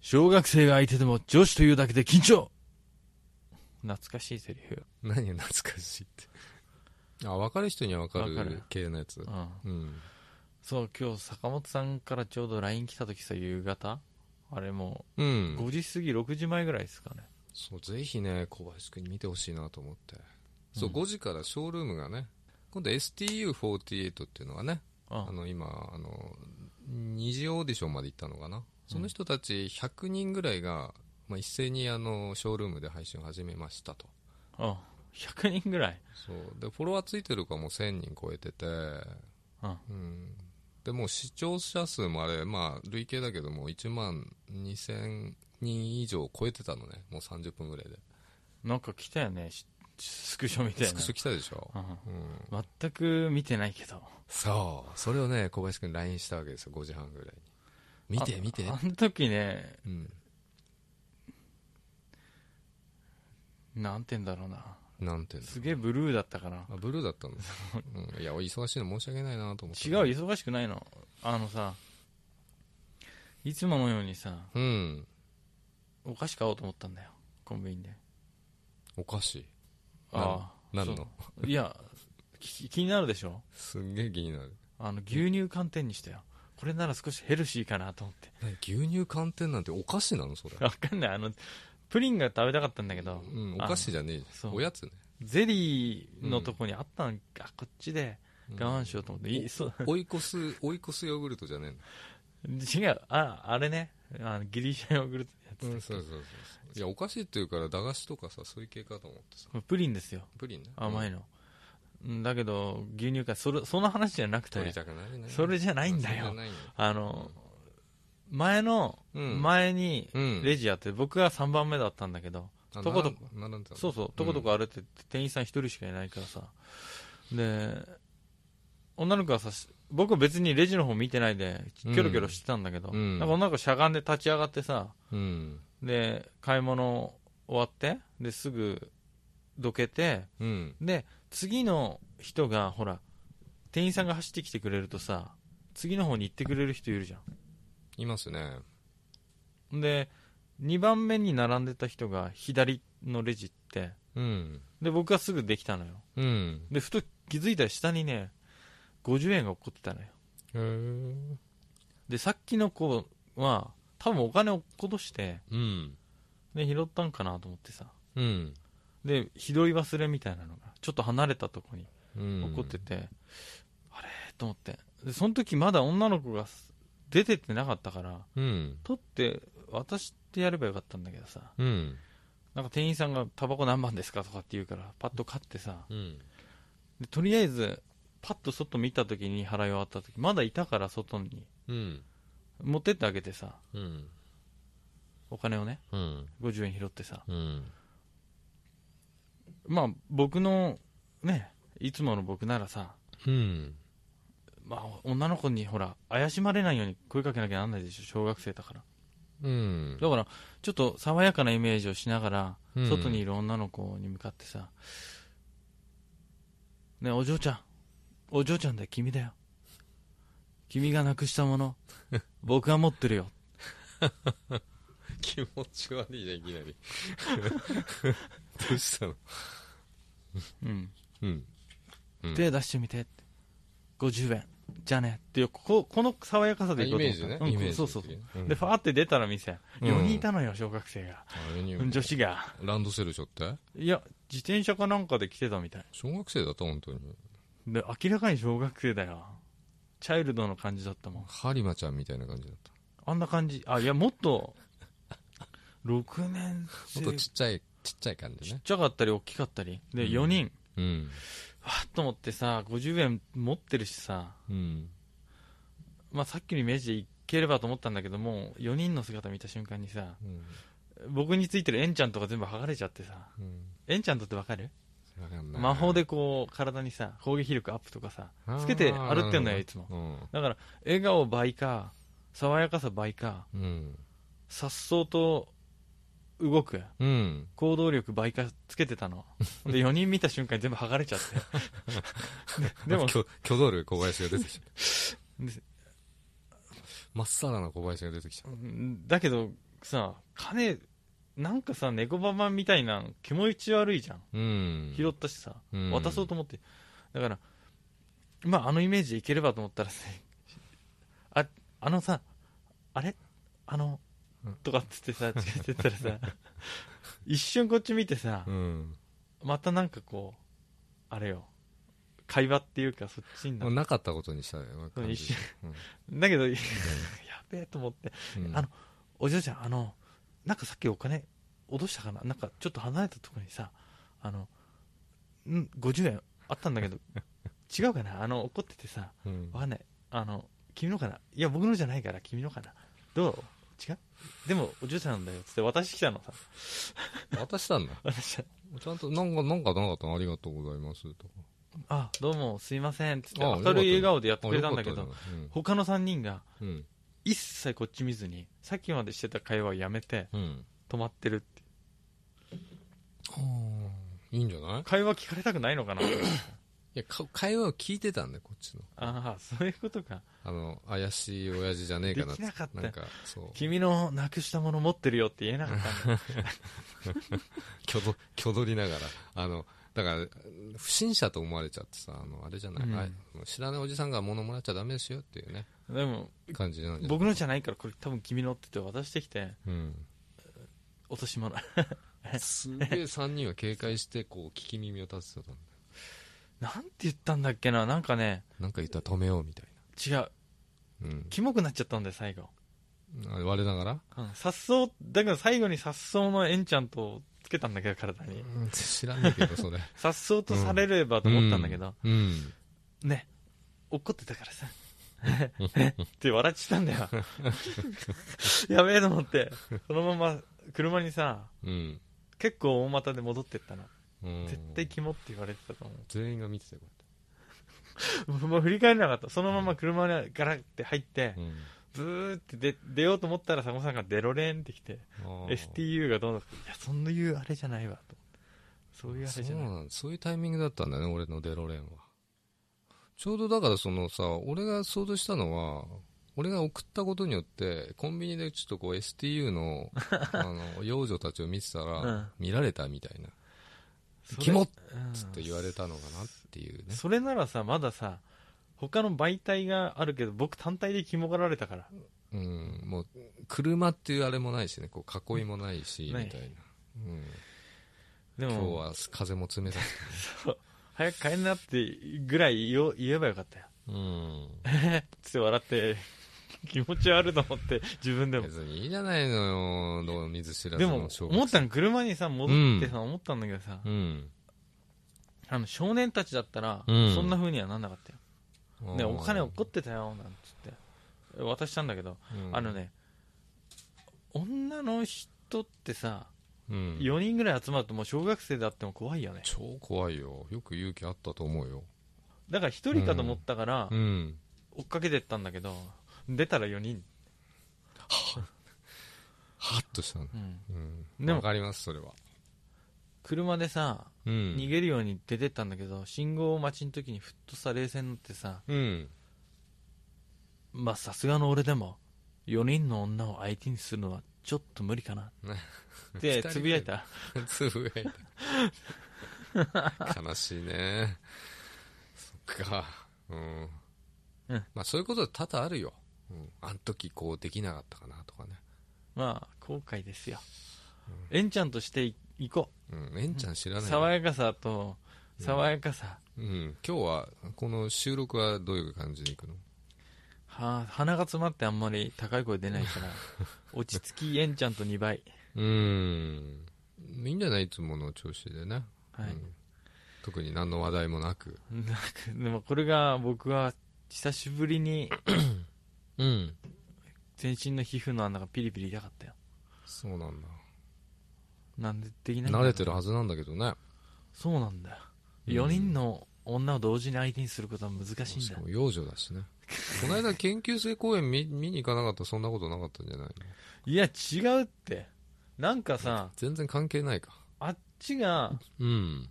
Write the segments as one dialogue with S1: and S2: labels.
S1: 小学生が相手でも女子というだけで緊張懐かしいセリフ。
S2: 何懐かしいってあ分かる人には分か
S1: 分かる
S2: る系のやつ
S1: うん。
S2: うん
S1: そう、今日坂本さんからちょうど LINE 来た時さ、夕方あれも
S2: う
S1: うん5時過ぎ、6時前ぐらいですかね。
S2: そうぜひね小林くんに見てほしいなと思ってそう、
S1: うん
S2: 5時からショールームがね今度 STU48 っていうのがね
S1: あ
S2: あの今あの二次オーディションまで行ったのかなその人たち100人ぐらいが、まあ、一斉にあのショールームで配信を始めましたと
S1: あ、100人ぐらい。
S2: そうでフォロワーついてる子はもう1000人超えてて
S1: うん。
S2: うんでもう視聴者数もあれ、まあ、累計だけども1万2000人以上超えてたのねもう30分ぐらいで
S1: なんか来たよね、しスクショみたいな。
S2: スクショ来たでしょ、
S1: うん
S2: うん、
S1: 全く見てないけど。
S2: そうそれをね小林君 LINE したわけですよ5時半ぐらいに見て
S1: あ
S2: 見て
S1: あの時ね、
S2: うん
S1: なんて言うんだろうな。
S2: なんていうの
S1: すげえブルーだったかな。
S2: あブルーだったの、うん、いや俺忙しいの申し訳ないなと思って
S1: 違う、忙しくないの。あのさ、いつものようにさ、
S2: うん
S1: お菓子買おうと思ったんだよ、コンビニで。
S2: おかしい
S1: ああ。
S2: 何の
S1: そういや、き気になるでしょ
S2: すんげえ気になる
S1: あの、牛乳寒天にしたよ。これなら少しヘルシーかなと思って。
S2: 何牛乳寒天なんてお菓子なのそれ
S1: わかんない。あの、プリンが食べたかったんだけど、
S2: うんお菓子じゃねえじゃ
S1: そ
S2: ん
S1: う
S2: おやつね
S1: ゼリーのとこにあったの、あ、こっちで
S2: うん
S1: 我慢しようと思って。いそう
S2: 追い越す 追い越すヨーグルトじゃね
S1: 違う、あ、あれね。あのギリシャヨーグルト
S2: え
S1: の
S2: の
S1: や
S2: うん
S1: つだ
S2: そう
S1: っ
S2: そうそうそういやお菓子っていうから駄菓子とかさそういう系かと思ってさ
S1: け、プリンですよ。
S2: プリンね
S1: 甘い
S2: の
S1: の。うんだけど、牛乳か、それ、その話じゃなくて
S2: 取、りたくないね
S1: それじゃないんだ
S2: それ
S1: よ
S2: じゃ。ないよ
S1: あの、前の、
S2: うん
S1: 前に、
S2: うん
S1: レジやって、僕が3番目だったんだけど、
S2: あ
S1: とことこ
S2: 並ん並んでたの
S1: そうそう、とことこ歩いてて、店員さん一人しかいないからさ、で、女の子がさ、し僕は別にレジの方見てないで、キョロキョロしてたんだけど、
S2: うん
S1: なんか女の子しゃがんで立ち上がってさ、
S2: うん
S1: で、買い物終わって、で、すぐ、どけて、
S2: うん
S1: で、次の人が、ほら、店員さんが走ってきてくれるとさ、次の方に行ってくれる人いるじゃん。
S2: いますね
S1: で2番目に並んでた人が左のレジ行って
S2: うん
S1: で僕はすぐできたのよ
S2: うん
S1: でふと気づいたら下にね50円が落っこってたのよ
S2: へえ
S1: でさっきの子は多分お金落っことして
S2: うん
S1: で拾ったんかなと思ってさ
S2: うん
S1: で拾い忘れみたいなのがちょっと離れたとこに
S2: うん
S1: 落っこってて、あれと思ってでその時まだ女の子が出てってなかったから
S2: うん
S1: 取って渡してやればよかったんだけどさ
S2: うん
S1: なんか店員さんが「タバコ何番ですか?」とかって言うからパッと買ってさ
S2: うん
S1: でとりあえずパッと外見た時に払い終わった時まだいたから外に
S2: うん
S1: 持ってってあげてさ
S2: うん
S1: お金をね
S2: うん
S1: 50円拾ってさ
S2: うん
S1: まあ僕のねいつもの僕ならさ
S2: うん
S1: まあ女の子にほら怪しまれないように声かけなきゃなんないでしょ小学生だから
S2: うん
S1: だからちょっと爽やかなイメージをしながら
S2: うん
S1: 外にいる女の子に向かってさ「ねえお嬢ちゃんお嬢ちゃんだよ君だよ君がなくしたも の僕は持ってるよ
S2: 気持ち悪いねいき なりどうしたの」
S1: うん
S2: うん
S1: 「
S2: うん
S1: 手出してみて」って50円じゃあね」っていうここの爽やかさ
S2: あ
S1: でい
S2: イ
S1: こうと
S2: メー
S1: 思っ
S2: ジ
S1: た
S2: ね
S1: うん
S2: イメージ
S1: そうそうそう
S2: うん
S1: でファーって出たら店
S2: うん
S1: 4人いたのよ小学生が、
S2: あれに
S1: 女子が
S2: ランドセルしょって
S1: いや自転車かなんかで来てたみたい
S2: 小学生だった本当に
S1: で明らかに小学生だよチャイルドの感じだったもん
S2: ハリマちゃんみたいな感じだった
S1: あんな感じ。あ、いや、もっと、6年生。
S2: もっと
S1: ち
S2: ちっちゃいちっちゃい感じ
S1: っ
S2: ね
S1: ちゃかったり、大きかったり。で、
S2: うん
S1: 4人、
S2: うん
S1: わーっと思ってさ、50円持ってるしさ、
S2: うん
S1: まあ、さっきのイメージでいければと思ったんだけども、4人の姿見た瞬間にさ、
S2: うん
S1: 僕についてるエンちゃんとか全部剥がれちゃってさ、
S2: うん
S1: エンちゃんとってわかる
S2: わかんない
S1: 魔法でこう、体にさ、攻撃力アップとかさ、つけて歩ってんのよ、いつも。
S2: も
S1: だから、笑顔倍か、爽やかさ倍か、
S2: うんうん
S1: さっそうと動く。
S2: うん
S1: 行動力倍化つけてた ので4人見た瞬間に全部剥がれちゃって ででも
S2: きょ挙動力小林が出てきた
S1: で
S2: まっさらな小林が出てきた
S1: うんだけどさ金なんかさ猫ババみたいな気持ち悪いじゃん
S2: うん
S1: 拾ったしさ、
S2: うん
S1: 渡そうと思ってだからまああのイメージでいければと思ったらさああのさあれあの
S2: うん
S1: とかっつってさ近づいてったらさ 一瞬こっち見てさ
S2: うん
S1: またなんかこうあれよ会話っていうかそっちにな
S2: もう
S1: る
S2: なかったことにしたような感じ
S1: 一緒だけど やべえと思って
S2: うんうん
S1: あのお嬢ちゃんあのなんかさっきお金落としたかななんかちょっと離れたところにさあのん50円あったんだ けど違うかなあの怒っててさ
S2: うん
S1: わかんないあの君のかないや僕のじゃないから君のかなどう違うでもお嬢ちゃんなんだよつって渡してきたのさ
S2: 渡したんだ
S1: 渡して
S2: ちゃんとなんかなんかなかったのありがとうございますとか
S1: あどうもすいませんつって
S2: あよかった
S1: 明
S2: ね
S1: るい笑顔でやってくれたんだけ
S2: あ
S1: ど
S2: よかったね
S1: 他の3人が
S2: うん
S1: 一切こっち見ずにさっきまでしてた会話をやめて
S2: うんうん
S1: 止まってるって
S2: あーいいんじゃない
S1: 会話聞かれたくない のかな
S2: いやか会話を聞いてたんだよこっちの
S1: ああそういうことか
S2: あの怪しい親父じゃねえかな
S1: できなかった
S2: なんかそう
S1: 君のなくしたもの持ってるよって言えなかったんだ
S2: きょどきょどりながらあのだから不審者と思われちゃってさあのあれじゃない、
S1: うん
S2: あ知らないおじさんが物もらっちゃダメですよっていうね
S1: でも
S2: 感じなんじゃない
S1: 僕のじゃないからこれ多分君のって言って渡してきて
S2: うん、
S1: 落とし物
S2: すげえ3人は警戒してこう聞き耳を立ててたんだ
S1: なんて言ったんだっけななんかね
S2: なんか言ったら止めようみたい
S1: 違う
S2: な、
S1: キモくなっちゃったんだよ最後
S2: うん、我ながら、
S1: うん颯爽だから最後に颯爽のエンちゃんとつけたんだけど体に
S2: うん知らないけどそ れ
S1: 颯爽とされればと思ったんだけど、
S2: うん、うん
S1: ね怒ってたからさって笑っちゃったんだよやべえと思ってそのまま車にさ
S2: うん
S1: 結構大股で戻ってったの
S2: うん
S1: 絶対キモって言われてたと思
S2: 全員が見てたよこ
S1: うもう振り返れなかったそのまま車にガラッて入って
S2: うやって
S1: ブーって出出ようと思ったら佐古さんがデロレーンってきて
S2: うんあー
S1: STU がどんどんいやそんないうあれじゃないわとそういうあ
S2: そ
S1: れ
S2: う
S1: じゃない
S2: なんそういうタイミングだったんだよね俺のデロレンはちょうどだからそのさ俺が想像したのは俺が送ったことによってコンビニでちょっとこう STU のあの幼女たちを見てたら、
S1: うん
S2: 見られたみたいな
S1: それ
S2: キモっ
S1: うん
S2: つって言われたのかなっていうね
S1: それならさまださ他の媒体があるけど僕単体でキモがられたから
S2: うんもう車っていうあれもないしねこう囲いもないしみた
S1: ない
S2: いな、うん、
S1: で
S2: 今日
S1: も
S2: は風 も冷たくて、
S1: 早く帰んなってぐらい言お言えばよかったよ
S2: うん、
S1: つって笑って気持ち悪いと思って自分でも
S2: 別にいいじゃないのよどう水知らず
S1: で
S2: の
S1: も
S2: 小学生
S1: 思ったの車にさ戻ってさ、思ったんだけどさ、
S2: うん
S1: あの少年たちだったら、
S2: うん
S1: そんな風にはなんなかったよ、ね、お金
S2: を
S1: 怒ってたよなんつって渡したんだけど、あの、ね女の人ってさ
S2: うん、
S1: 4人ぐらい集まるともう小学生であっても怖いよね
S2: 超怖いよよく勇気あったと思うよ
S1: だから1人かと思ったから
S2: うん
S1: 追っかけてったんだけど出たら4人、
S2: ハッとしたの
S1: うん
S2: うん
S1: でも
S2: わかりますそれは
S1: 車でさ
S2: うん
S1: 逃げるように出てったんだけど信号待ちの時にふっとさ冷静になってさ
S2: うん
S1: まあさすがの俺でも4人の女を相手にするのはちょっと無理か なっ
S2: 二
S1: て
S2: 人で
S1: つぶやいた
S2: つぶやいた悲しいねそっかうん、
S1: うん
S2: まあそういうこと多々あるよ、うん、あん時こうできなかったかなとかね
S1: まあ後悔ですよ、エンちゃんとしてい行こ
S2: うんえんちゃん知ら
S1: う
S2: ない
S1: 爽
S2: よ
S1: やかさと爽やかさ、
S2: うん、今日はこの収録はどういう感じでいくの
S1: はあ鼻が詰まってあんまり高い声出ないから 落ち着きエンちゃんと2倍
S2: うんいいんじゃないいつもの調子でね
S1: はい、
S2: うん特に何の話題もなく
S1: なんか でもこれが僕は久しぶりに
S2: うん
S1: 全身の皮膚の穴がピリピリ痛かったよ
S2: そうなんだ
S1: なんでできないんだ
S2: 慣
S1: ろう
S2: れてるはずなんだけどね
S1: そうなんだよ
S2: う
S1: 4
S2: ん
S1: 人の女を同時に相手にすることは難しいん
S2: し
S1: だ
S2: かも幼女だしねこの間研究生公演見見に行かなかったらそんなことなかったんじゃないの
S1: いや違うってなんかさ
S2: 全然関係ないか
S1: あっちが
S2: うん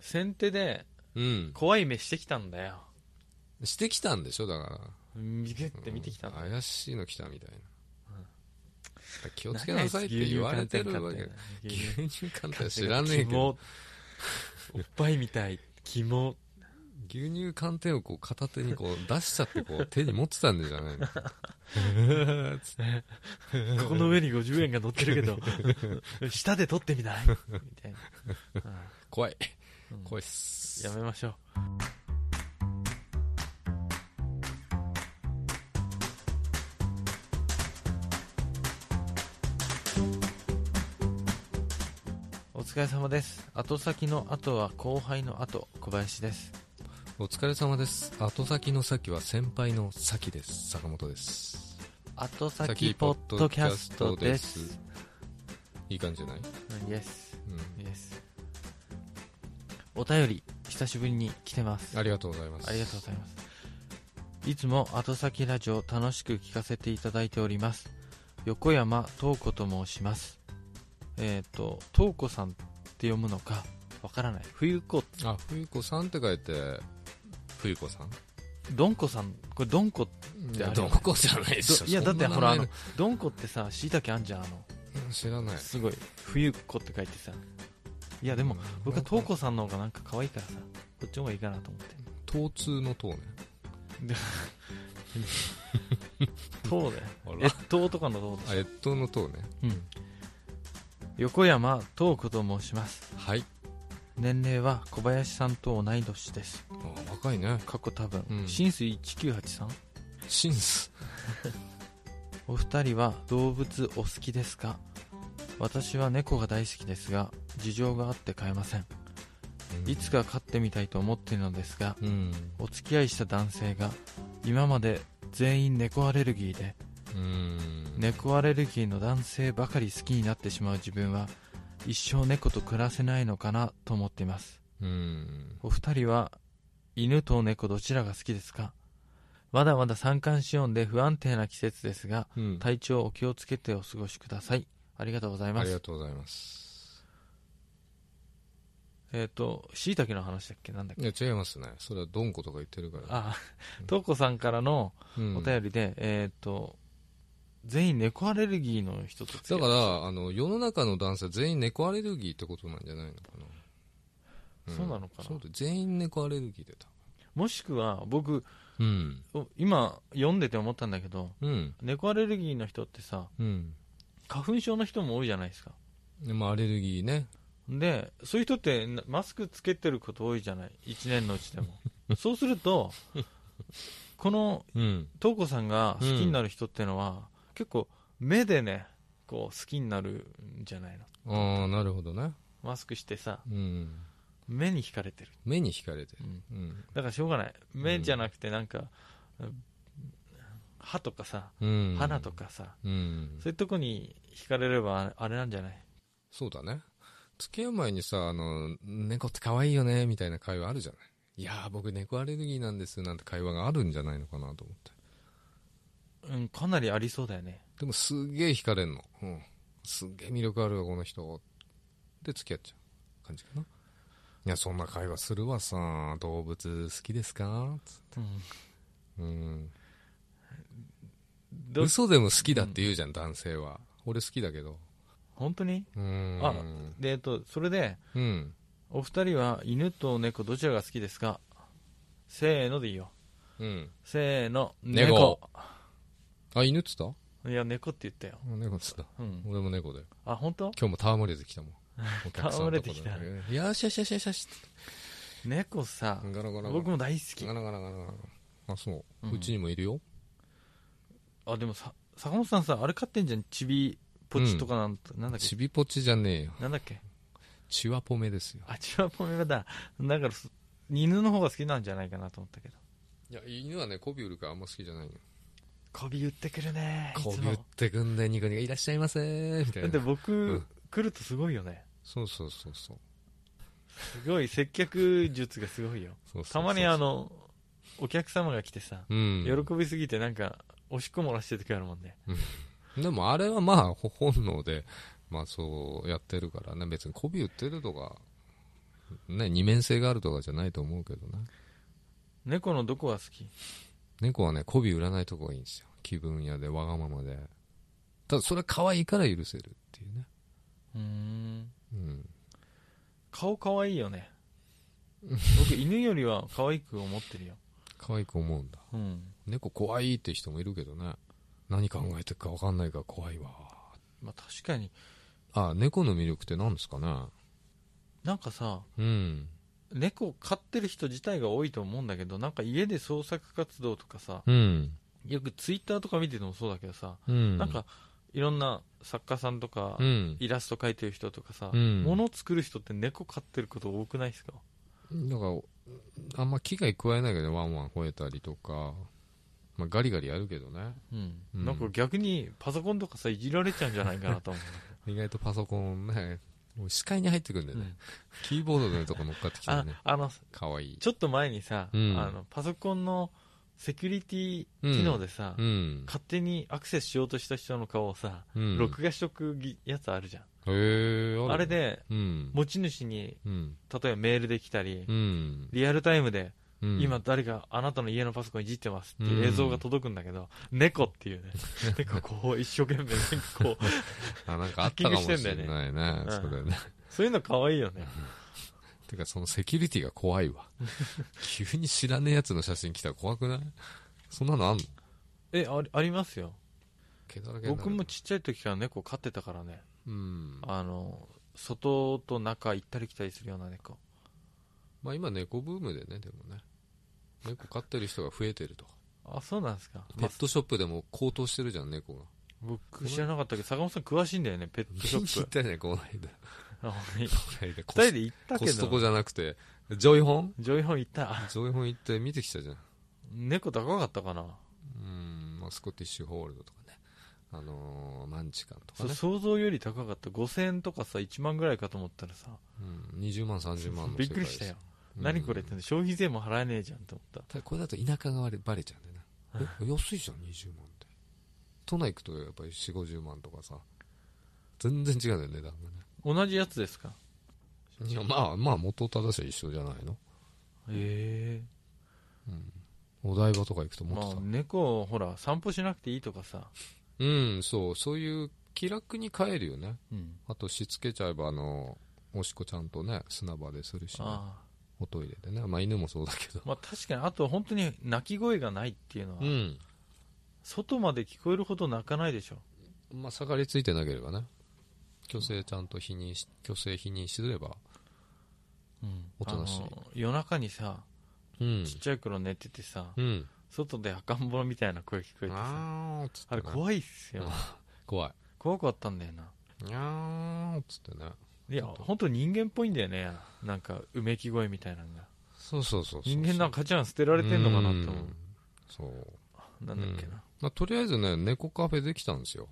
S1: 先手で
S2: うん
S1: 怖い目してきたんだよ
S2: してきたんでしょだから
S1: ビビって見てきたんだ
S2: 怪しいの来たみたいな、気をつけなさいって言われてるわけ。
S1: 牛乳
S2: 牛乳寒
S1: 寒
S2: 天
S1: 天
S2: 知らねえけ
S1: キモ
S2: ど、
S1: おっぱいみたい。キモ。
S2: 牛乳寒天をこう片手にこう出しちゃってこう手に持ってたんじゃないの つって
S1: ここの上に50円が乗ってるけ ど、下で取ってみないみたいな。
S2: 怖い。
S1: うん
S2: 怖いっす。
S1: やめましょう。お疲れ様です。後先の後は後輩の後、小林です。
S2: お疲れ様です。後先の先は先輩の先です。坂本です。
S1: 後
S2: 先
S1: 先ポ
S2: ポッ
S1: ッ
S2: ド
S1: ド
S2: キ
S1: キ
S2: ャ
S1: ャ
S2: ス
S1: ス
S2: ト
S1: ト
S2: で
S1: ですす。
S2: いい感じじゃない
S1: イエス、
S2: う
S1: イエス。お便り、久しぶりに来てます
S2: ん。あ。りがとうございます。
S1: ありがとうございます。いつも後先ラジオ楽しく聞かせていただいております。横山東子と申します。えっ、と、東子さんって読むのか、わからない。冬子、
S2: あ、冬子さんって書いて、冬子さん
S1: どんこさん、これどんこ、
S2: い
S1: あ
S2: や、
S1: れ
S2: どこじゃないでしょ。
S1: いやだって
S2: そんな
S1: ほらあ
S2: 名
S1: の
S2: 前、
S1: どんこってさ、しいたけあんじゃん、あの、
S2: 知らない。
S1: すごい、冬子って書いてさ。いやでも、僕は東
S2: 子。
S1: 子さんの方がなんか可愛いからさ、こっちの方がいいかなと思って。
S2: 疼痛の疼ね。
S1: そうだよ。
S2: あら
S1: 越冬とかのどうで
S2: あ、越冬の糖ね。
S1: うん。横山東子と申します。
S2: はい。
S1: 年齢は小林さんと同い年です
S2: あ若いね。
S1: 過去多分、
S2: うん
S1: シンス1983
S2: シンス。
S1: お二人は動物お好きですか私は猫が大好きですが事情があって飼えません
S2: うん
S1: いつか飼ってみたいと思っているのですが
S2: うん。
S1: お付き合いした男性が今まで全員猫アレルギーで
S2: うん。
S1: 猫アレルギーの男性ばかり好きになってしまう自分は一生猫と暮らせないのかなと思っています
S2: うん。
S1: お二人は犬と猫どちらが好きですかまだまだ三寒四温で不安定な季節ですが
S2: うん。
S1: 体調お気をつけてお過ごしくださいありがとうございま
S2: ありが
S1: す
S2: とうございます。
S1: えっ、としいたけの話だっけなんだっ
S2: い
S1: け
S2: や、違いますね。それはドンコとか言ってるから。
S1: ああとうこさんからの
S2: うん
S1: お便りで、えっ、と全員猫アレルギーの人と、
S2: だからら、あの、世の中の男性全員猫アレルギーってことなんじゃないのかな。ん
S1: そうなのかな
S2: そうだ全員猫アレルギーでた。
S1: もしくは僕
S2: うん。
S1: お今読んでて思ったんだけど
S2: うん。
S1: 猫アレルギーの人ってさ
S2: うん。
S1: 花粉症の人も多いじゃないですか
S2: でもアレルギーね。
S1: でそういう人ってなマスクつけてること多いじゃない1年のうち でもそうするとこの
S2: うん。
S1: 東子さんが好きになる人ってのは、結構目でねこう好きになるんじゃないの
S2: ああ、なるほどね。
S1: マスクしてさ
S2: うん。
S1: 目に惹かれてる、
S2: 目に惹かれてる。
S1: うん
S2: うん。
S1: だからしょうがない目じゃなくてなんか、歯とかさ
S2: うん。
S1: 鼻と。かさ、
S2: うん。
S1: そういうとこに惹かれればあれなんじゃない
S2: そうだね。付き合う前にさ、あの、猫って可愛いよね、みたいな会話あるじゃない。いやー、僕猫アレルギーなんです、なんて会話があるんじゃないのかなと思って。
S1: うんかなりありそうだよね
S2: でもすっげえ惹かれんの。うん。すっげえ魅力あるわ、この人。で、付き合っちゃう感じかな。いや、そんな会話するわさ、動物好きですかつ
S1: うん
S2: うん。
S1: ど
S2: 嘘でも好きだって言うじゃん、男性は。俺好きだけど。
S1: 本当に
S2: うん。
S1: あでえっとそれで
S2: うん。
S1: お二人は犬と猫どちらが好きですかせーのでいいよ
S2: うん。
S1: せーの
S2: 猫あ、犬っつった
S1: いや猫って言ったよ、
S2: 猫っつった。
S1: うん、
S2: 俺も猫だよ。
S1: あ本当
S2: 今日も戯れ てきたもん。お客さんのとこで
S1: 戯れてきた
S2: いやーしゃしゃしゃしゃし。
S1: 猫さ
S2: ガラガラ。
S1: 僕
S2: も。
S1: も大好き
S2: ガラガラガラガラ。あ、そうう。
S1: ん
S2: うちにもいるよ。
S1: あでもさ坂本さんさあれ飼ってんじゃんちびポチとかなん,、なんだっ
S2: ち
S1: け
S2: びぽちじゃねえよ。
S1: なんだっけ
S2: チワポメですよ。
S1: あちはぽめがだだからそ犬の方が好きなんじゃないかなと思ったけど
S2: いや犬はね媚び売るからあんま好きじゃないのよ
S1: 媚び売ってくるねいつも
S2: 媚び売ってくんでニコニコいらっしゃいませ ーみた
S1: だっ
S2: い
S1: て
S2: な
S1: 僕、
S2: ん
S1: 来るとすごいよね
S2: そうそうそうそう
S1: すごい接客術がすごいよ
S2: そうそうそう
S1: たまにあのお客様が来てさ、
S2: うん
S1: 喜びすぎてなんかおしっこ漏らしてる時あるもんね
S2: でもあれはまあほ本能でまあそうやってるからね別に媚び売ってるとかね二面性があるとかじゃないと思うけどね
S1: 猫のどこが好き
S2: 猫はね媚び売らないとこがいいんですよ気分屋でわがままでただそれは可愛いから許せるっていうね、
S1: うーん
S2: うん、
S1: 顔可愛いよ ね僕犬よりは可愛く思ってるよ
S2: 可愛く思うんだ
S1: うん
S2: 猫怖いって人もいるけどね何考えてるか分かんないから怖いわ
S1: まあ確かに
S2: あ猫の魅力って何ですかね
S1: なんかさ
S2: うん
S1: 猫飼ってる人自体が多いと思うんだけどなんか家で創作活動とかさ
S2: うん
S1: よくツイッターとか見ててもそうだけどさ、
S2: うん
S1: なんかいろんな作家さんとか、
S2: うん
S1: イラスト描いてる人とかさ、
S2: うん
S1: 物作る人って猫飼ってること多くないですか
S2: なんかあんま危害加えないけどワンワン吠えたりとか、まあ、ガリガリやるけどね
S1: うん、
S2: うん
S1: なんか逆にパソコンとかさいじられちゃうんじゃないかなと思
S2: 意外とパソコンねもう視界に入ってくるんだ
S1: う、
S2: よ
S1: う
S2: ね、
S1: ん
S2: キーボードのとこ乗っかってきて
S1: あ
S2: ね
S1: あの
S2: かわいい
S1: ちょっと前にさ、
S2: うん
S1: あのパソコンのセキュリティ機能でさ、
S2: うん、
S1: 勝手にアクセスしようとした人の顔をさ、
S2: うん、
S1: 録画しとくぎやつあるじゃん、
S2: へえ
S1: あれで
S2: うん
S1: 持ち主に
S2: うん
S1: 例えばメールできたり、
S2: うん、
S1: リアルタイムで
S2: うん、
S1: 今誰かあなたの家のパソコンいじってますっていう映像が届くんだけど、猫っていうね猫こう一生懸命猫こう
S2: あなんかあったかもしれないね
S1: ハんだよね
S2: それね、
S1: そういうの可愛いよね
S2: てかそのセキュリティが怖い わ急に知らねえやつの写真来たら怖くないそんなのあんの
S1: えありありますよ
S2: 毛だらけになる
S1: 僕もちっちゃい時から猫飼ってたからね
S2: うん
S1: あの外と中行ったり来たりするような猫
S2: まあ今猫ブームでねでもね猫飼ってる人が増えてると
S1: あそうなんですか、
S2: ペ
S1: まあ
S2: ットショップでも高騰してるじゃん猫が
S1: 僕知らなかったけど坂本さん詳しいんだよねペットショ
S2: 見に行
S1: ッ
S2: っ
S1: プ
S2: たじゃんこの間
S1: あほんとに
S2: この間
S1: 二人で行ったけ
S2: コストコ
S1: ど
S2: じゃなくてジョイホン
S1: ジョイホン行った
S2: ジョイホン行って見てきたじゃん
S1: 猫高かったかな
S2: うん、まあ、スコティッシュホールドとかねあのーマンチカンとか
S1: そう
S2: ね
S1: 想像より高かった5000円とかさ1万ぐらいかと思ったらさ
S2: うん、20万30万の世界
S1: びっくりしたよ、
S2: うん
S1: 何これって消費税も払えねえじゃんと思った
S2: だこれだと田舎がバレバレちゃうんだよねえ安いじゃん20万って都内行くとやっぱり4 5 0万とかさ全然違うんだよ値段がね
S1: た同じやつですか
S2: いやまあまあ元を正しは一緒じゃないの
S1: え
S2: お台場とか行くと
S1: え
S2: もっ
S1: ま
S2: と
S1: あ
S2: 高い、
S1: 猫をほら散歩しなくていいとかさ、
S2: うんそうそういう気楽に帰るよね
S1: うん、
S2: あとしつけちゃえばあのおしっこちゃんとね砂場でするしね、
S1: あ
S2: おトイレでねまあ犬もそうだけど
S1: あまあ確かにあと本当に鳴き声がないっていうのは、
S2: うん
S1: 外まで聞こえるほど鳴かないでしょ
S2: まあ盛りついてなければね虚勢ちゃんと否認し虚勢否認してればおとなしい
S1: あの夜中にさ
S2: うん
S1: ちっちゃい頃寝ててさ、
S2: うん
S1: 外で赤ん坊みたいな声聞こえてさ
S2: あーっつって
S1: あ
S2: ね
S1: れ怖いっすよ
S2: うん怖い
S1: 怖かったんだよな
S2: にゃーっつってね
S1: いや
S2: ちょっと
S1: 本当人間っぽいんだよねなんかうめき声みたいなのが
S2: そうそうそうそう
S1: 人間なんか価値観捨てられてんのかなと思
S2: んそう
S1: うなんだっけな、
S2: うんまあ、とりあえずね猫カフェできたんですよ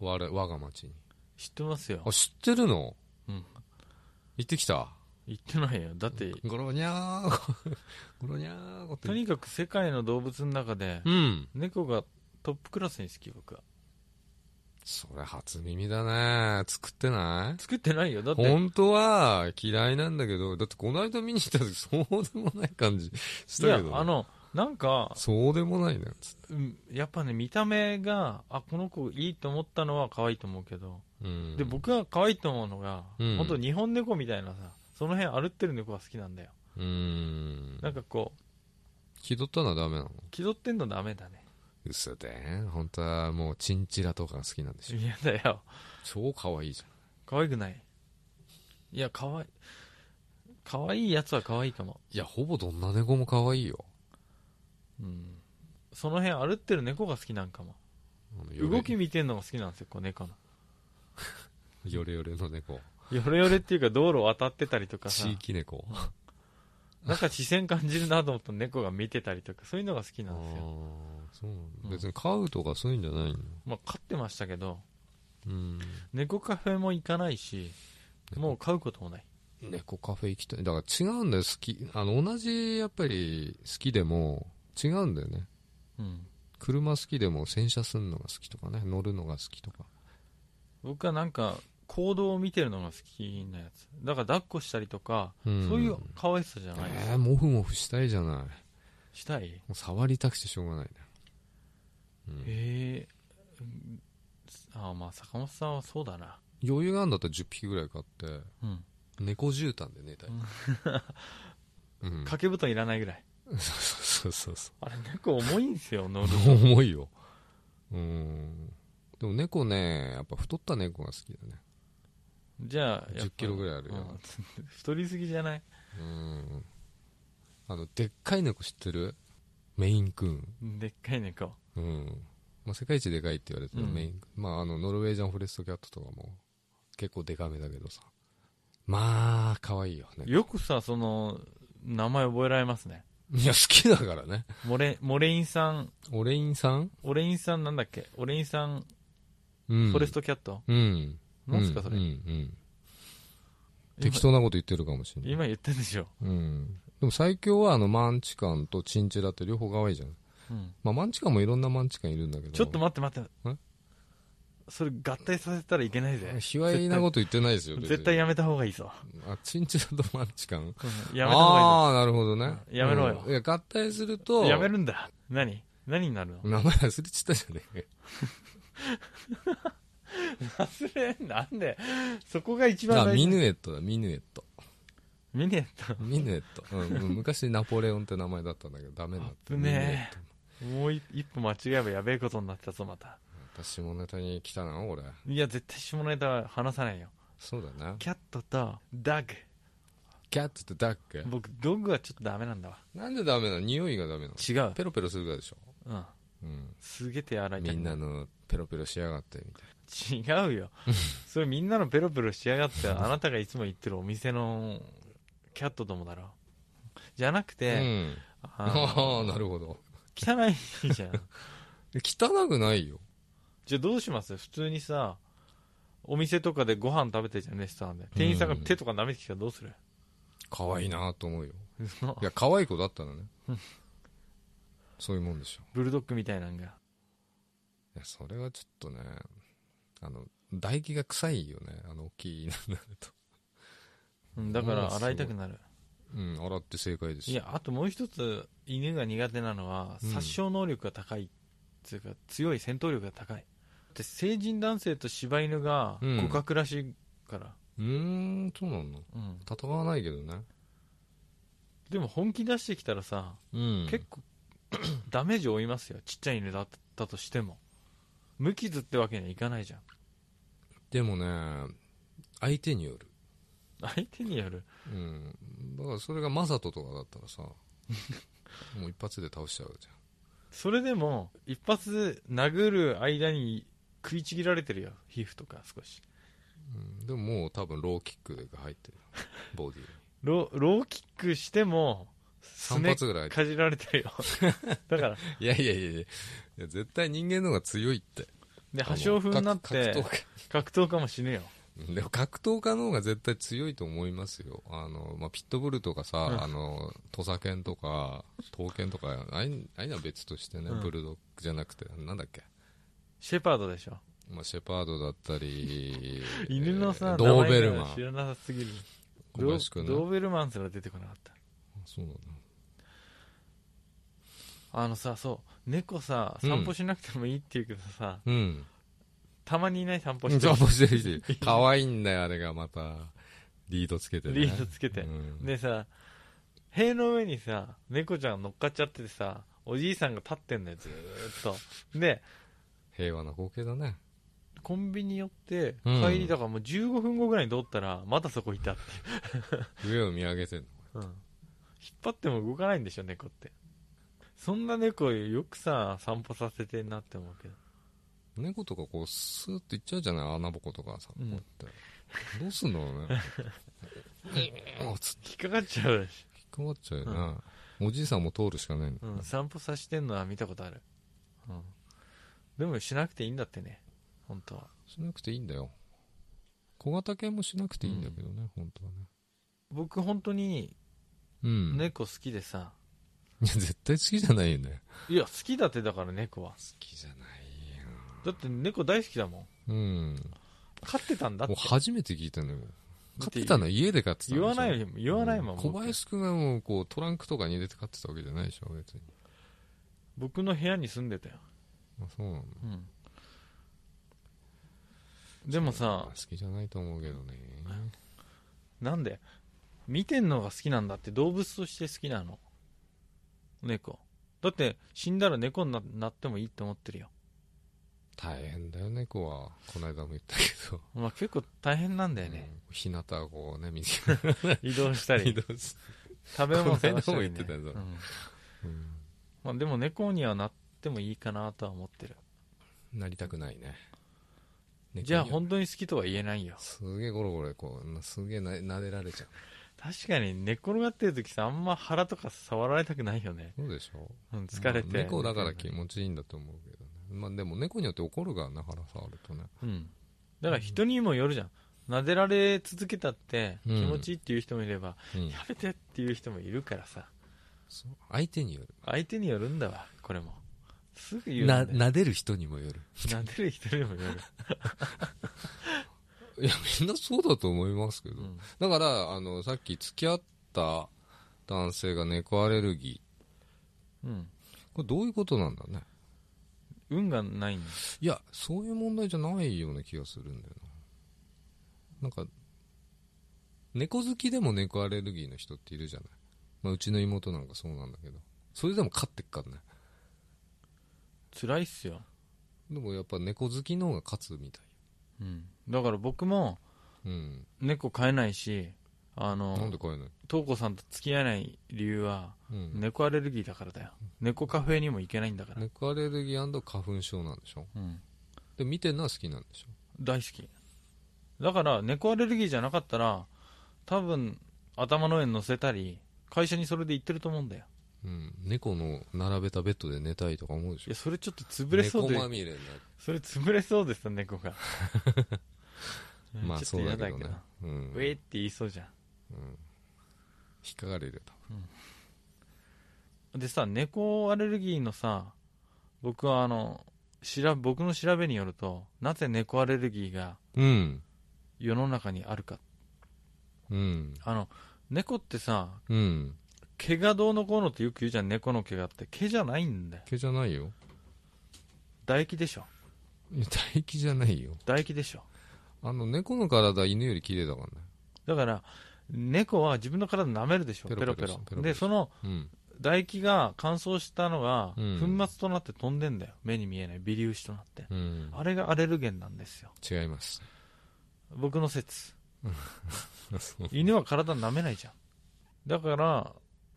S2: 我々我が町に
S1: 知ってますよ
S2: あ知ってるの
S1: うん
S2: 行ってきた
S1: 言ってないよだって
S2: ゴロニ ャーゴロニャーゴって
S1: とにかく世界の動物の中で
S2: うん
S1: 猫がトップクラスに好き僕は
S2: それ初耳だね作ってない
S1: 作ってないよだって
S2: 本当は嫌いなんだけどだってこの間見に行った時そうでもない感じした
S1: いや
S2: けどね、
S1: あのなんか、
S2: そうでもないなつって
S1: うんやっぱね見た目があこの子いいと思ったのは可愛いと思うけど、
S2: うん
S1: で僕が可愛いと思うのが、
S2: うん
S1: 本当日本猫みたいなさその辺歩ってる猫が好きなんだよ
S2: うん
S1: なんかこ
S2: 気取ったのはダメなの
S1: う気取ってんのダメだね
S2: 嘘で本当はもうチンチラとかが好きなんでしょ
S1: 嫌だよ
S2: 超可愛いじゃん
S1: 可愛くないいや可愛い可愛いやつは可愛いかも
S2: いやほぼどんな猫も可愛いよ
S1: うんその辺歩ってる猫が好きなんかも
S2: あのよれ
S1: 動き見てんのが好きなんですよこう猫の
S2: よれよれの猫
S1: ヨレヨレっていうか道路渡ってたりとかさ
S2: 地域猫
S1: なんか視線感じるなと思ったら猫が見てたりとかそういうのが好き
S2: あ
S1: な
S2: あ
S1: んですよ
S2: そうなん
S1: う
S2: だ
S1: ん
S2: 別に飼うとかそういうんじゃないの
S1: まあ飼ってましたけど
S2: うん
S1: 猫カフェも行かないしもう飼うこともない
S2: 猫カフェ行きたいだから違うんだよ好きあの同じやっぱり好きでも違うんだよね
S1: うん
S2: 車好きでも洗車するのが好きとかね乗るのが好きとか
S1: 僕はなんか行動を見てるのが好きなやつだから抱っこしたりとか、
S2: うん
S1: そういう可愛さじゃないです、
S2: えー、モフモフしたいじゃないも
S1: したいへ
S2: う触りたくてしょうがないね、うん
S1: えああまあ坂本さんはそうだな
S2: 余裕があるんだったら10匹ぐらい買って
S1: うん
S2: 猫絨毯で寝たい、うん、
S1: 掛け布団いらないぐらい
S2: そうそうそうそ
S1: あれ猫重いんすよ乗る
S2: う重いようんでも猫ねやっぱ太った猫が好きだね
S1: じゃあ
S2: 10キロぐらいあるよ
S1: うん 太りすぎじゃない
S2: うんあのでっかい猫知ってるメインクーン
S1: でっかい猫
S2: うん、まあ、世界一でかいって言われてる
S1: うん
S2: メイン、まあ、あのノルウェージャンフォレストキャットとかも結構でかめだけどさまあ可愛いよね
S1: よくさその名前覚えられますね
S2: いや好きだからね
S1: モレ モレインさん
S2: オレインさん、
S1: オレインさんなんだっけオレインさん
S2: うん、
S1: フォレストキャット、
S2: うん
S1: なんすかそれ、
S2: うんうん
S1: 今
S2: 適当なこと言ってるかもしれない、
S1: 今言ったでしょ、
S2: うん、でも最強はあのマンチカンとチンチラって両方可愛いじゃん、
S1: うん
S2: まあ、マンチカンもいろんなマンチカンいるんだけど
S1: ちょっと待って待って
S2: え
S1: それ合体させたらいけないぜ
S2: 卑猥なこと言ってないですよ別に
S1: 絶対やめた方がいいぞ、
S2: あチンチラとマンチカン
S1: うんやめた方が
S2: ああーなるほどね
S1: やめろよ
S2: うんいや合体する
S1: いい
S2: と
S1: ぞやめるんだ何何になるの
S2: 名前忘れちゃったじゃねえかよ
S1: 忘れんなんでそこが一
S2: あ
S1: 番大
S2: ミ
S1: 事
S2: ヌエットだミヌエット
S1: ミネッ
S2: ミヌエット、うんうん昔ナポレオンって名前だったんだけどダメになって
S1: 危ねトもうい一歩間違えばやべえことになったぞまた
S2: ミヌエット私もネタに来たな俺
S1: いや絶対下ネタは話さないよ
S2: そうだな
S1: キャットとダッグ
S2: キャットとダック
S1: 僕ドッグはちょっとダメなんだわ
S2: なんでダメなの匂いがダメなの
S1: 違う
S2: ペロペロするからでしょ、
S1: うん
S2: うん、
S1: すげえ手洗いた
S2: み
S1: く
S2: ん
S1: な
S2: な
S1: る
S2: のペロペロしやがってみたい
S1: 違 うよそれみんなのペロペロしやがってあなたがいつも行ってるお店のキャットどもだろじゃなく
S2: な、
S1: て、
S2: うん、
S1: あ
S2: ああ
S1: の
S2: なるほど
S1: 汚い じゃん
S2: え汚くないよ
S1: じゃあどうします普通にさお店とかでご飯食べてるじゃんレストランで店員さんが手とか舐めてきたらどうする、
S2: 可愛いなと思うよ
S1: 嘘
S2: いや可愛い子だったらねそういうもんでしょ
S1: ブルドッグみたいなのが
S2: いやそれはちょっとねあの唾液が臭いよねあの大きいのになると
S1: うんだか
S2: うん
S1: ら洗いたくなる
S2: うん洗って正解です
S1: いやあともう一つ犬が苦手なのは
S2: うん
S1: 殺傷能力が高いっていうか強い戦闘力が高いで成人男性と柴犬が
S2: うん
S1: 互角らしいから、
S2: うーんそうなの
S1: うん
S2: 戦わないけどね
S1: でも本気出してきたらさ、
S2: うん
S1: 結構 ダメージ負いますよちっちゃい犬だったとしても無傷ってわけにはいかないじゃん
S2: でもね相手による
S1: 相手による
S2: うんだからそれがマサトとかだった らさもう一発で倒しちゃうじ
S1: それでも一発殴る間に食いちぎられてるよ皮膚とか少し
S2: ゃん、うん、でももう多分ローキックが入ってる ボディに
S1: ロローキックしてもす
S2: 3
S1: ね
S2: 発ぐらい入って
S1: かじられて るよだから
S2: るいやいやいやいやいや絶対人間の方が強いって
S1: で破傷風になっ
S2: あの
S1: て
S2: 格格闘
S1: 格闘家も死ぬよ
S2: でも格闘家の方が絶対強いと思いますよ。あの、まあ、ピットブルとかさ、
S1: うん
S2: あの、土佐犬とか、刀剣とか、ああいうああいうのは別としてね、
S1: うん
S2: ブルドッグじゃなくて、なんだっけ、
S1: シェパードでしょ、
S2: まあ、シェパードだったり
S1: 犬の
S2: え
S1: さ、
S2: ー
S1: 名前
S2: ドーベルマ
S1: が知
S2: ン。
S1: らなさすぎる
S2: 小林くん
S1: ドード
S2: ね。
S1: ーベルマンすら出てこなかった
S2: そうなんだ。
S1: あのさそう猫さ
S2: うん
S1: 散歩しなくてもいいって言うけどさ、
S2: うん。
S1: たまにいない散歩して
S2: 散歩してる し、可愛いんだよ、あれがまた、リードつけてね。
S1: リードつけて
S2: うん
S1: でさ塀の上にさ猫ちゃん乗っかっちゃっててさおじいさんが立ってんのよずーっとで
S2: 平和な光景だね。
S1: コンビニ寄って
S2: うん
S1: 帰りだからもう15分後ぐらいに通ったらまだそこいたって、
S2: 上を見上げてんの。
S1: うん、引っ張っても動かないんでしょ猫ってそんな猫よくさ散歩させてんなって思うけど
S2: 猫とかこうスーッていっちゃうじゃない穴ぼことかさ、
S1: うん
S2: こうやってど うすんだろうねうんつって
S1: 引っかかっちゃうし、
S2: 引っかかっちゃうよな、おじいさんも通るしかないの、
S1: うん、散歩させてんのは見たことある、うん、でもしなくていいんだってね本当は
S2: しなくていいんだよ小型犬もしなくていいんだけどね、本当はね
S1: 僕本当に
S2: うん、
S1: 猫好きでさ、
S2: いや絶対好きじゃないよね
S1: いや好きだってだから猫は
S2: 好きじゃないよ
S1: だって猫大好きだもん
S2: うん
S1: 飼ってたんだって
S2: もう初めて聞いたのよ
S1: だ
S2: 飼
S1: っ
S2: っててたの家で飼ってた
S1: 言
S2: の
S1: わないよ言わないもん、
S2: う
S1: 僕
S2: 小林くんがもうこうトランクとかに入れて飼ってたわけじゃないでしょ別に
S1: 僕の部屋に住んでたよ、
S2: あそうなの
S1: うんでもさ
S2: 好きじゃないと思うけどね
S1: なんで見てんのが好きなんだって動物として好きなの猫だって死んだら猫にななってもいいって思ってるよ
S2: 大変だよ猫はこの間も言ったけど、
S1: まあ結構大変なんだよね、
S2: うん日向をこうね見つけた
S1: 移動したり
S2: りどうす
S1: 食べ物探したり、ね、
S2: この間も言ってたぞ
S1: うん
S2: うん
S1: まあ、でも猫にはなってもいいかなとは思ってる
S2: なりたくないね
S1: じゃあ
S2: 猫には
S1: 本当に好きとは言えないよ
S2: すげえゴロゴロこうなすげえな撫でられちゃう
S1: 確かに寝っ転がってる時さあんま腹とか触られたくないよね、
S2: そうでしょ
S1: うん、疲れて、
S2: まあ猫だから気
S1: う
S2: 持ちいいんだと思うけどね、まあ、でも猫によって怒るがな腹触るとね
S1: んだから人にもよるじゃん撫でられ続けたって気
S2: うん
S1: 持ちいいっていう人もいれば、
S2: うん
S1: やめてっていう人もいるからさ
S2: そう相手による
S1: 相手によるんだわこれもすぐ言うんだ
S2: な
S1: よ
S2: 撫でる人にもよる
S1: 撫でる人にもよる、
S2: いやみんなそうだと思いますけど、
S1: うん
S2: だからあのさっき付き合った男性が猫アレルギ
S1: うん、
S2: ーこれどういうことなんだね
S1: 運がないんだ
S2: いやそういう問題じゃないような気がするんだよななんか猫好きでも猫アレルギーの人っているじゃない、まあ、うちの妹なんかそうなんだけどそれでも飼ってっからね
S1: 辛いっすよ、
S2: でもやっぱ猫好きの方が勝つみたい
S1: うん、だから僕も
S2: うん
S1: 猫飼えないしあ
S2: なん
S1: の
S2: で飼えない
S1: 瞳子さんと付き合えない理由は
S2: うん
S1: 猫アレルギーだからだよ猫カフェにも行けないんだから、
S2: 猫アレルギー花粉症なんでしょ
S1: うん、
S2: で見てるのは好きなんでしょ
S1: 大好きだから猫アレルギーじゃなかったら多分頭の上に乗せたり会社にそれで行ってると思うんだよ
S2: うん猫の並べたベッドで寝たいとか思うでし
S1: い
S2: ょ
S1: やそれちょっと潰れそうで
S2: 猫まみれになる
S1: それ潰れそうでさ猫 がうん
S2: まあ
S1: ち
S2: そ
S1: ょっ
S2: う
S1: と
S2: だ
S1: 嫌
S2: けどねう
S1: ウ
S2: ん
S1: ェイって言いそうじゃ
S2: 引っかかれるよ多
S1: んでさ猫アレルギーのさ僕はあのしら僕の調べによるとなぜ猫アレルギーが
S2: 分うん
S1: 世の中にあるか
S2: うん
S1: あの猫ってさ
S2: うん
S1: 毛がどうのこうのってよく言うじゃん猫の毛があって毛じゃないんだよ
S2: 毛じゃないよ
S1: 唾液でしょ
S2: いや唾液じゃないよ
S1: 唾液でしょ
S2: あの猫の体犬より綺麗だからね
S1: だから猫は自分の体舐めるでしょペ
S2: ペ
S1: ロ
S2: ロ
S1: ペ
S2: ペロ
S1: ロ
S2: ペロペロ
S1: でその
S2: うん
S1: 唾液が乾燥したのが
S2: うん
S1: 粉末となって飛んでんだよ、目に見えない微粒子となって
S2: うん
S1: あれがアレルゲンなんですよ
S2: 違います
S1: 僕の説
S2: そう
S1: 犬は体舐めないじゃんだから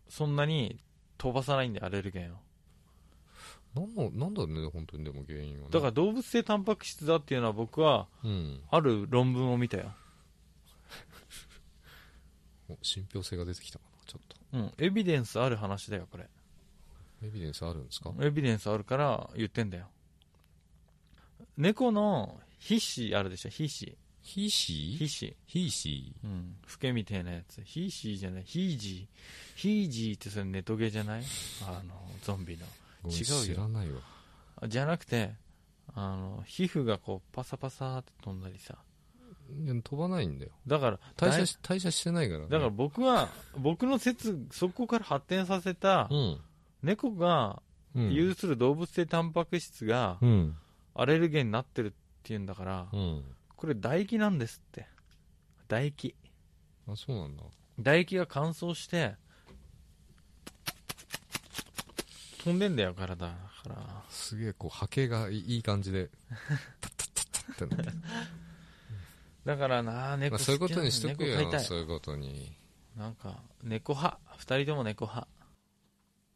S1: そんなに飛ばさないんだよアレルゲンを
S2: なんのなんだろうね本当にでも原因はね
S1: だから動物性タンパク質だっていうのは僕は
S2: うん
S1: ある論文を見たよ
S2: お信憑性が出てきたかなちょっと
S1: うんエビデンスある話だよこれ
S2: エビデンスあるんですか
S1: エビデンスあるから言ってんだよ猫の皮脂あるでしょ皮脂
S2: 皮脂
S1: 皮脂
S2: 皮脂
S1: うんフケみたいなやつヒーシーじゃないヒージーヒージーってそれネトゲじゃないあのゾンビの
S2: ごめん
S1: 違うよ
S2: 知らないわ
S1: あじゃなくてあの皮膚がこうパサパサって飛んだりさ
S2: いや飛ばないんだよ
S1: だから
S2: 代謝
S1: だい
S2: し代謝してないからね
S1: だから僕は僕の説そこから発展させた
S2: うん
S1: 猫が
S2: うん
S1: 有する動物性タンパク質が
S2: うん
S1: アレルゲンになってるっていうんだから
S2: うん
S1: これ唾液なんですって唾液
S2: あそうなんだ
S1: 唾液が乾燥して飛んでんだよ体だから
S2: すげえこう波形がいいい感じでタッタッタッタッってなって
S1: だからなあ
S2: ま
S1: 猫
S2: あそういうことにしとくよ
S1: 猫飼いた
S2: そう
S1: い
S2: いうことに
S1: なんか猫派二人とも猫派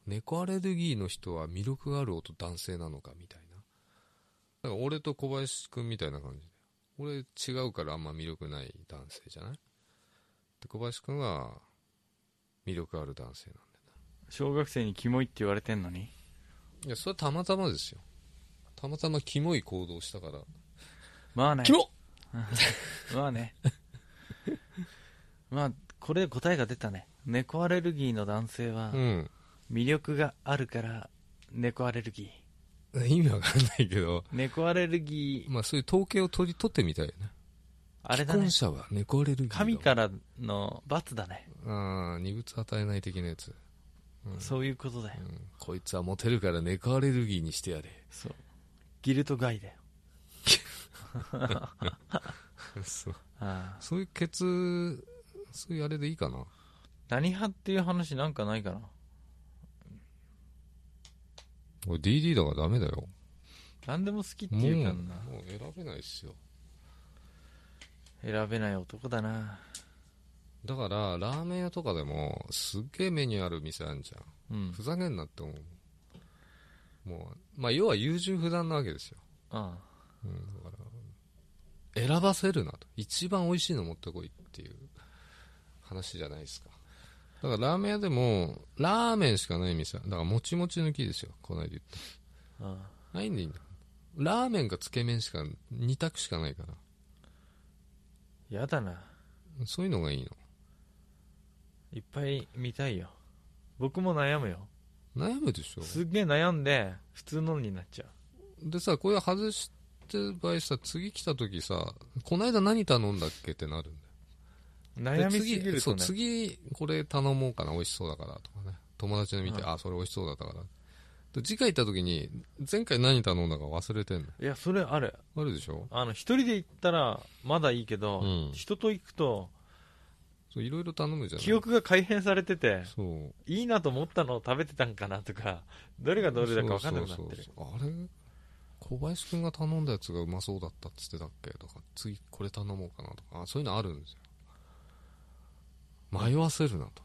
S2: 猫アレルギーの人は魅力がある男男性なのかみたいななんか俺と小林君みたいな感じで俺違うからあんま魅力ない男性じゃないで小林君は魅力ある男性なんだよ
S1: 小学生にキモいって言われてんのに
S2: いやそれはたまたまですよたまたまキモい行動したから、
S1: まあね
S2: キモ
S1: まあね まあこれ答えが出たね猫アレルギーの男性は
S2: うん
S1: 魅力があるから猫アレルギー
S2: 意味わかんないけど、
S1: 猫アレルギー
S2: まあそういう統計を取り取ってみたいよね。
S1: あれだ
S2: 既
S1: ね
S2: 婚者は猫アレルギーだ。
S1: 神からの罰だね、
S2: ああ、二物与えない的なやつ。
S1: そういうことだよ
S2: うんこいつはモテるから猫アレルギーにしてやれ。
S1: そうギルトガイだよ
S2: そう
S1: ああ
S2: そういうケツそういうあれでいいかな
S1: 何派っていう話なんかないかな
S2: 俺 DD だからダメだよ
S1: 何でも好きって
S2: もう
S1: いうか
S2: も
S1: んな
S2: う選べないっすよ
S1: 選べない男だな
S2: だからラーメン屋とかでもすっげえメニューある店あるじゃん
S1: うん
S2: ふざけんなって思うもうまあ要は優柔不断なわけですよ、
S1: あ
S2: うん、だから選ばせるなと一番美味しいの持ってこいっていう話じゃないですかだからラーメン屋でもラーメンしかない店だからもちもち抜きですよこの間言った
S1: ああ
S2: ないんでいいんだラーメンかつけ麺しか2択しかないから
S1: あやだな
S2: そういうのがいいの
S1: いっぱい見たいよ僕も悩むよ
S2: 悩むでしょ
S1: すっげえ悩んで普通のになっちゃ
S2: でさこれ外してる場合さ次来た時さこの間何頼んだっけってなるん
S1: う
S2: だよ
S1: 悩みすぎ
S2: で次
S1: る
S2: そ
S1: と
S2: う
S1: ね
S2: 次これ頼もうかな美味しそうだからとかね友達の見て、
S1: うん
S2: あそれ美味しそうだったからで次回行った時に前回何頼んだか忘れてん
S1: いやそれある
S2: のあるでしょ
S1: あの一人で行ったらまだいいけど、
S2: うん
S1: 人と行くと
S2: そういろいろ頼むじゃない
S1: 記憶が改変されてて
S2: そう
S1: いいなと思ったのを食べてたんかなとかどれがどれだか分かんなくなって
S2: そう
S1: る
S2: そうそうあれ小林くんが頼んだやつがうまそうだったっつってたっけとか次これ頼もうかなとかあそういうのあるんですよ迷わせるなと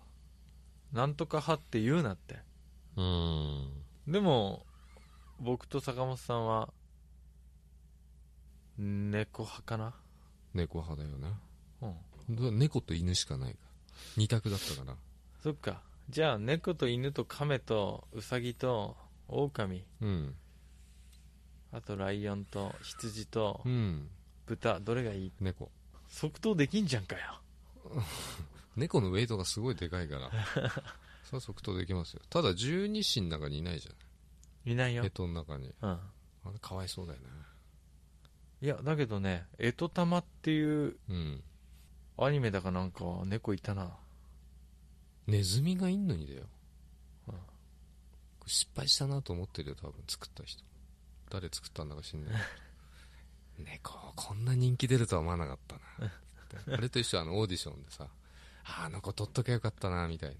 S1: なんとか派って言うなって
S2: うん
S1: でも僕と坂本さんは猫派かな
S2: 猫派だよね
S1: うん
S2: だ猫と犬しかないから二択だったから
S1: そっかじゃあ猫と犬と亀とウサギと狼
S2: うん
S1: あとライオンと羊と
S2: うん
S1: 豚どれがいい
S2: 猫
S1: 即答できんじゃんかよ
S2: 猫のウェイトがすごいでかいから さあ即答できますよただ十二神の中にいないじ
S1: いない
S2: ゃ
S1: よ
S2: ん、干支の中に
S1: うん、
S2: あれかわいそうだよね
S1: いやだけどね「えとたま」っていう
S2: うん
S1: アニメだかなんかは猫いたな
S2: ネズミがいんのにだよ、
S1: うん
S2: これ失敗したなと思ってるよ多分作った人誰作ったんだか知んない けど猫こんな人気出るとは思わなかったなってあれと一緒あのオーディションでさああの子取っとけばよかったなみたいな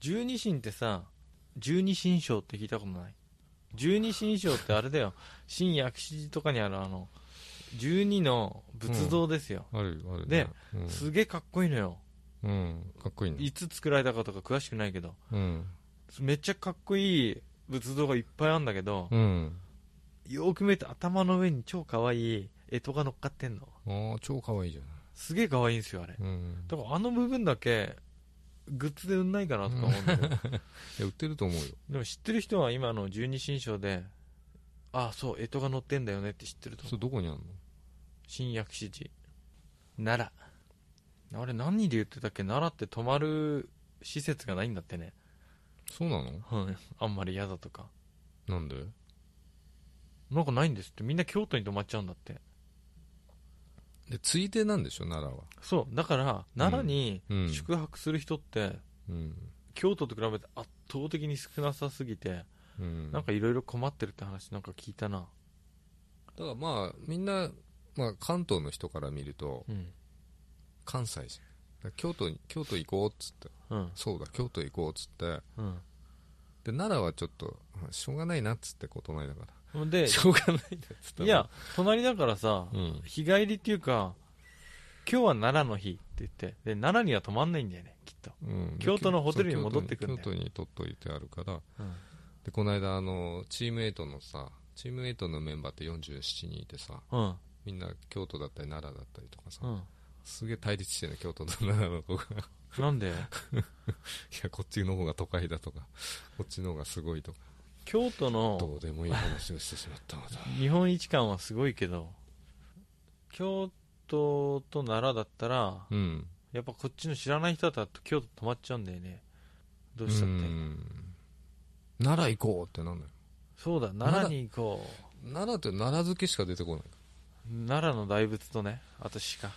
S1: 十二神ってさ十二神将って聞いたことない十二神将ってあれだよ新薬師寺とかにあるあの十二の仏像ですよ、
S2: あるある
S1: ね
S2: うん
S1: すげえかっこいいのよ
S2: うんかっこいいね
S1: いつ作られたかとか詳しくないけど
S2: うん
S1: めっちゃかっこいい仏像がいっぱいあるんだけど、
S2: うん
S1: よーく見ると頭の上に超かわいい干支が乗っかってんの
S2: ああ超かわいいじゃな
S1: すげえかわいいんですよあれ
S2: いうん
S1: だからあの部分だけグッズで売んないかなとか思うんだけど、
S2: いや売ってると思うよ
S1: でも知ってる人は今の十二神将でああそう干支が乗ってんだよねって知ってると
S2: そ
S1: 思う
S2: れどこにあんの
S1: 新薬師寺奈良あれ何で言ってたっけ奈良って泊まる施設がないんだってね
S2: そうなの
S1: うんあんまり嫌だとか
S2: なんで
S1: なんかないんですってみんな京都に泊まっちゃうんだって
S2: でついでなんでしょ奈良は
S1: そうだから奈良に
S2: うん
S1: 宿泊する人って
S2: うん
S1: 京都と比べて圧倒的に少なさすぎて
S2: うん
S1: なんかいろいろ困ってるって話なんか聞いたな
S2: だからまあみんな、まあ、関東の人から見ると
S1: うん
S2: 関西じゃんだから京都に京都行こうっつって
S1: うん
S2: そうだ京都行こうっつって
S1: うん
S2: で奈良はちょっとまあしょうがないなっつってこう隣だか
S1: ほんで
S2: らしょうがないなっつって
S1: いや隣だからさ、
S2: うん
S1: 日帰りっていうか今日は奈良の日って言ってで奈良には泊まんないんだよねきっと
S2: うん
S1: 京都のホテルに
S2: そう
S1: 戻ってくんだよ
S2: 京都に取っといてあるから
S1: うん
S2: でこの間あのチームエイトのさチームエイトのメンバーって47人いてさ
S1: うん
S2: みんな京都だったり奈良だったりとかさ、
S1: うん
S2: すげえ対立してるの京都と奈良の子が
S1: なんで
S2: いやこっちの方が都会だとかこっちの方がすごいとか
S1: 京都の
S2: どうでもいい話をしてしまったま た
S1: 日本一感はすごいけど京都と奈良だったら
S2: うん
S1: やっぱこっちの知らない人だと京都泊まっちゃうんだよねどうしたって
S2: うん奈良行こうってなんだよ
S1: そうだ奈良に行こ
S2: 奈良って奈良漬けしか出てこな
S1: う奈良の大仏とねあと鹿
S2: い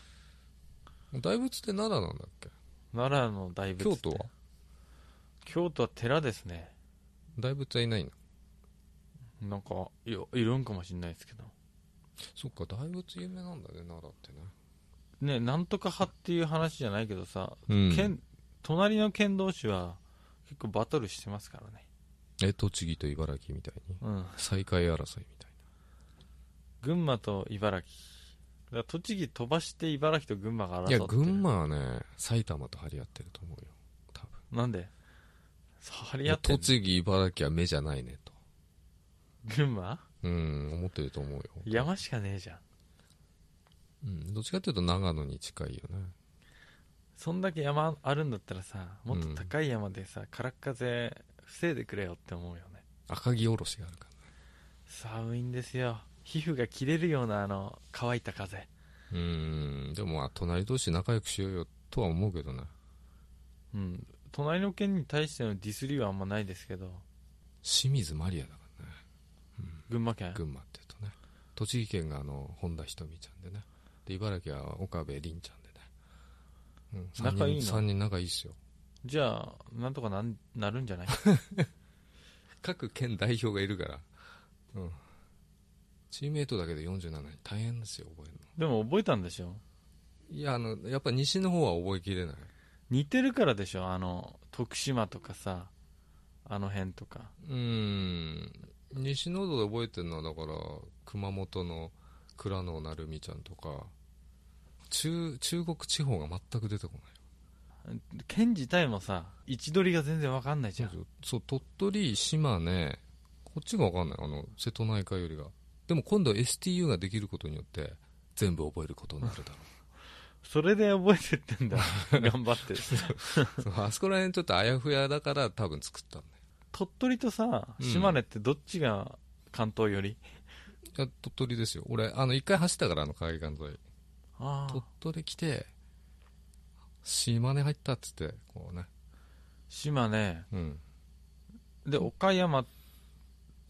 S2: 大仏って奈良なんだっけ
S1: 奈良の大仏
S2: 京
S1: って
S2: 都は
S1: 京都は寺ですね
S2: 大仏はいないの
S1: なんかいやいるんかもしれないですけど
S2: そっか大仏有名なんだね奈良ってね
S1: ねなんとか派っていう話じゃないけどさ、
S2: うん
S1: 県隣の県同士は結構バトルしてますからね
S2: え栃木と茨城みたいに
S1: うん
S2: 再開争いみたい
S1: 群馬と茨城だから栃木飛ばして茨城と群馬が争っ
S2: な
S1: て
S2: い
S1: る
S2: や群馬はね埼玉と張り合ってると思うよ多分
S1: なんで張
S2: い
S1: り合
S2: や
S1: ってんの
S2: 栃木茨城は目じゃないねと
S1: 群馬
S2: うん思ってると思うよ、
S1: 山しかねえじゃん
S2: うん、どっちかっていうと長野に近いよね
S1: そんだけ山あるんだったらさもっと高い山でさ、空っ風防いでくれよって思うよね
S2: 赤城おろしがあるか
S1: 寒いんですよ皮膚が切れるようなあの乾いた風
S2: らうんでもまあ隣同士仲良くしようよとは思うけどね
S1: うん隣の県に対してのディスりはあんまないですけど
S2: 清水マリアだからね
S1: 群馬県
S2: 群馬って言うとね栃木県があの本田仁美ちゃんでねで茨城は岡部凛ちゃんでね、うん、三人
S1: 仲いいの
S2: 三人仲いいっすよ
S1: じゃあなんとかなんなるんじゃない
S2: 各県代表がいるから、うん、チームメイトだけで47人大変ですよ覚える
S1: でも覚えたんでしょ
S2: のいやあのやっぱ西の方は覚えきれない
S1: 似てるからでしょあの徳島とかさあの辺とか
S2: うーん西の方で覚えてるのはだから熊本の倉野成美ちゃんとか中中国地方が全く出てこない
S1: 県自体もさ位置取りが全然わかんないじゃん
S2: そうそう鳥取島根こっちが分かんないあの瀬戸内海よりがでも今度 STU ができることによって全部覚えることになるだろ
S1: それで覚えてってん だ頑張って
S2: うそうあそこら辺ちょっとあやふやだから多分作ったんだよ
S1: 鳥取とさ
S2: うん
S1: 島根ってどっちが関東より、
S2: いや鳥取ですよ俺あの一回走ったからあの海岸沿い
S1: ああ
S2: 鳥取来て島根入ったっつってこうね
S1: 島根
S2: うん
S1: で岡山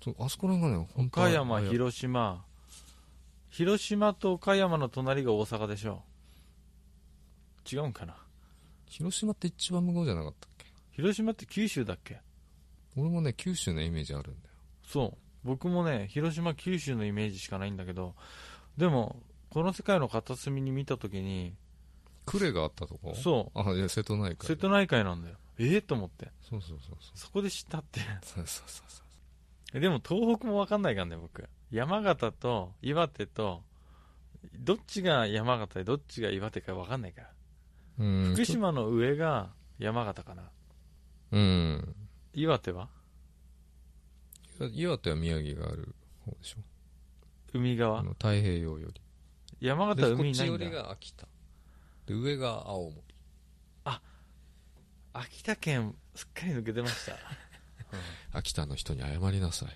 S2: そうあそこら辺がね本当は
S1: 岡山
S2: あや
S1: 広島広島と岡山の隣が大阪でしょ違うんかな
S2: 広島って一番向こうじゃなかったっけ
S1: 広島って九州だっけ
S2: 俺もね九州のイメージあるんだよ
S1: そう僕もね広島九州のイメージしかないんだけどでもこの世界の片隅に見た時に
S2: 呉があったとこ
S1: そう
S2: あいや瀬戸内海
S1: 瀬戸内海なんだよええと思って
S2: そうそうそうそう
S1: そこで知ったって
S2: そうそうそうそう
S1: えでも東北も分かんないからね僕山形と岩手とどっちが山形でどっちが岩手か分かんないから
S2: うん
S1: 福島の上が山形かな
S2: うん
S1: 岩手は
S2: 岩手は宮城がある方でしょ
S1: 海側
S2: あの太平洋より
S1: 山形は
S2: でこっ
S1: 海
S2: ち
S1: ない
S2: よ
S1: ん
S2: り
S1: だ
S2: が秋田で上が青森
S1: 秋田県すっかり抜けてました、うん
S2: 秋田の人に謝りなさい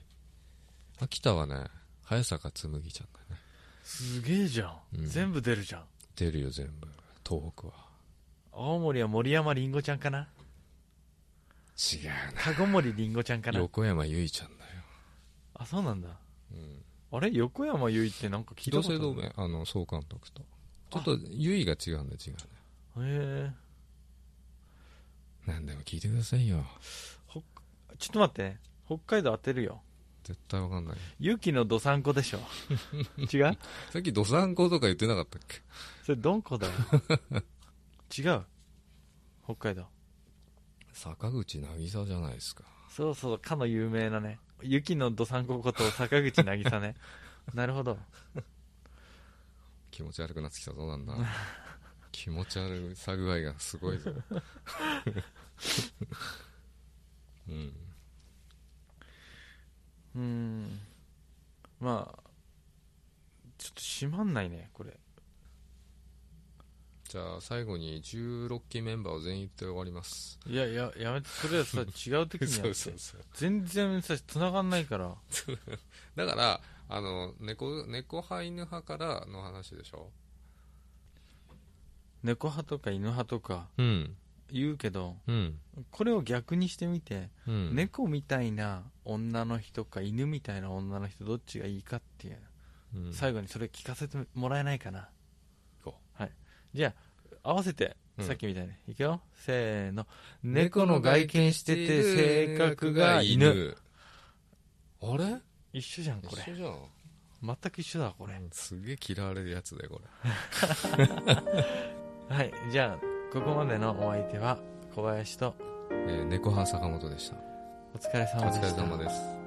S2: 秋田はね早坂紬ちゃんだね
S1: すげえじゃん、
S2: うん
S1: 全部出るじゃん
S2: 出るよ全部東北は
S1: 青森は森山りんごちゃん かな
S2: 違う
S1: かごもりりんごちゃんか
S2: な
S1: な
S2: 横山由依ちゃんだよ、
S1: あそうなんだ
S2: うん、
S1: あれ横山由依ってなんか聞いたこ
S2: 同
S1: とあ
S2: 姓
S1: る
S2: 同名あの総監督とちょっと由依が違うんで違うね
S1: へえ
S2: 何でも聞いてくださいよ
S1: ちょっと待って北海道当てるよ
S2: 絶対わかんない
S1: 勇気のどさんこで しょ違う
S2: さっきどさんことか言ってなかったっけ
S1: それどんこだよ違う北海道
S2: 坂口渚じゃないですか
S1: そうそうかの有名なね雪のどさんここと坂口渚 ねなるほど
S2: 気持ち悪くなってきたぞなんだ 気持ち悪いさ具合がす ごいぞうん
S1: うーんまあちょっと閉まんないねこれ
S2: じゃあ最後に16期メンバーを全員言って終わります
S1: いやいややめてそれ はさ違う時にやって
S2: そう
S1: 全然さ繋がんないから
S2: だからあの猫猫派犬派からの話でしょ
S1: 猫派とか犬派とか
S2: うん
S1: 言うけど
S2: うん
S1: これを逆にしてみて
S2: うん
S1: 猫みたいな女の人か犬みたいな女の人どっちがいいかっていう、
S2: うん
S1: 最後にそれ聞かせてもらえないかな
S2: こ
S1: はいじゃあ合わせて、
S2: うん
S1: さっきみたいにいくよせーの
S2: 猫
S1: 猫の外見してて性格が犬
S2: あれ
S1: 一緒じゃんこ
S2: 一
S1: れ
S2: 緒じゃん
S1: 全く一緒だこれ
S2: すげえ嫌われるやつだよこれ
S1: はいじゃあここまでのお相手は小林と
S2: えー猫派坂本でした
S1: お疲れ
S2: お
S1: 様で
S2: 疲
S1: し
S2: れ
S1: た
S2: 様です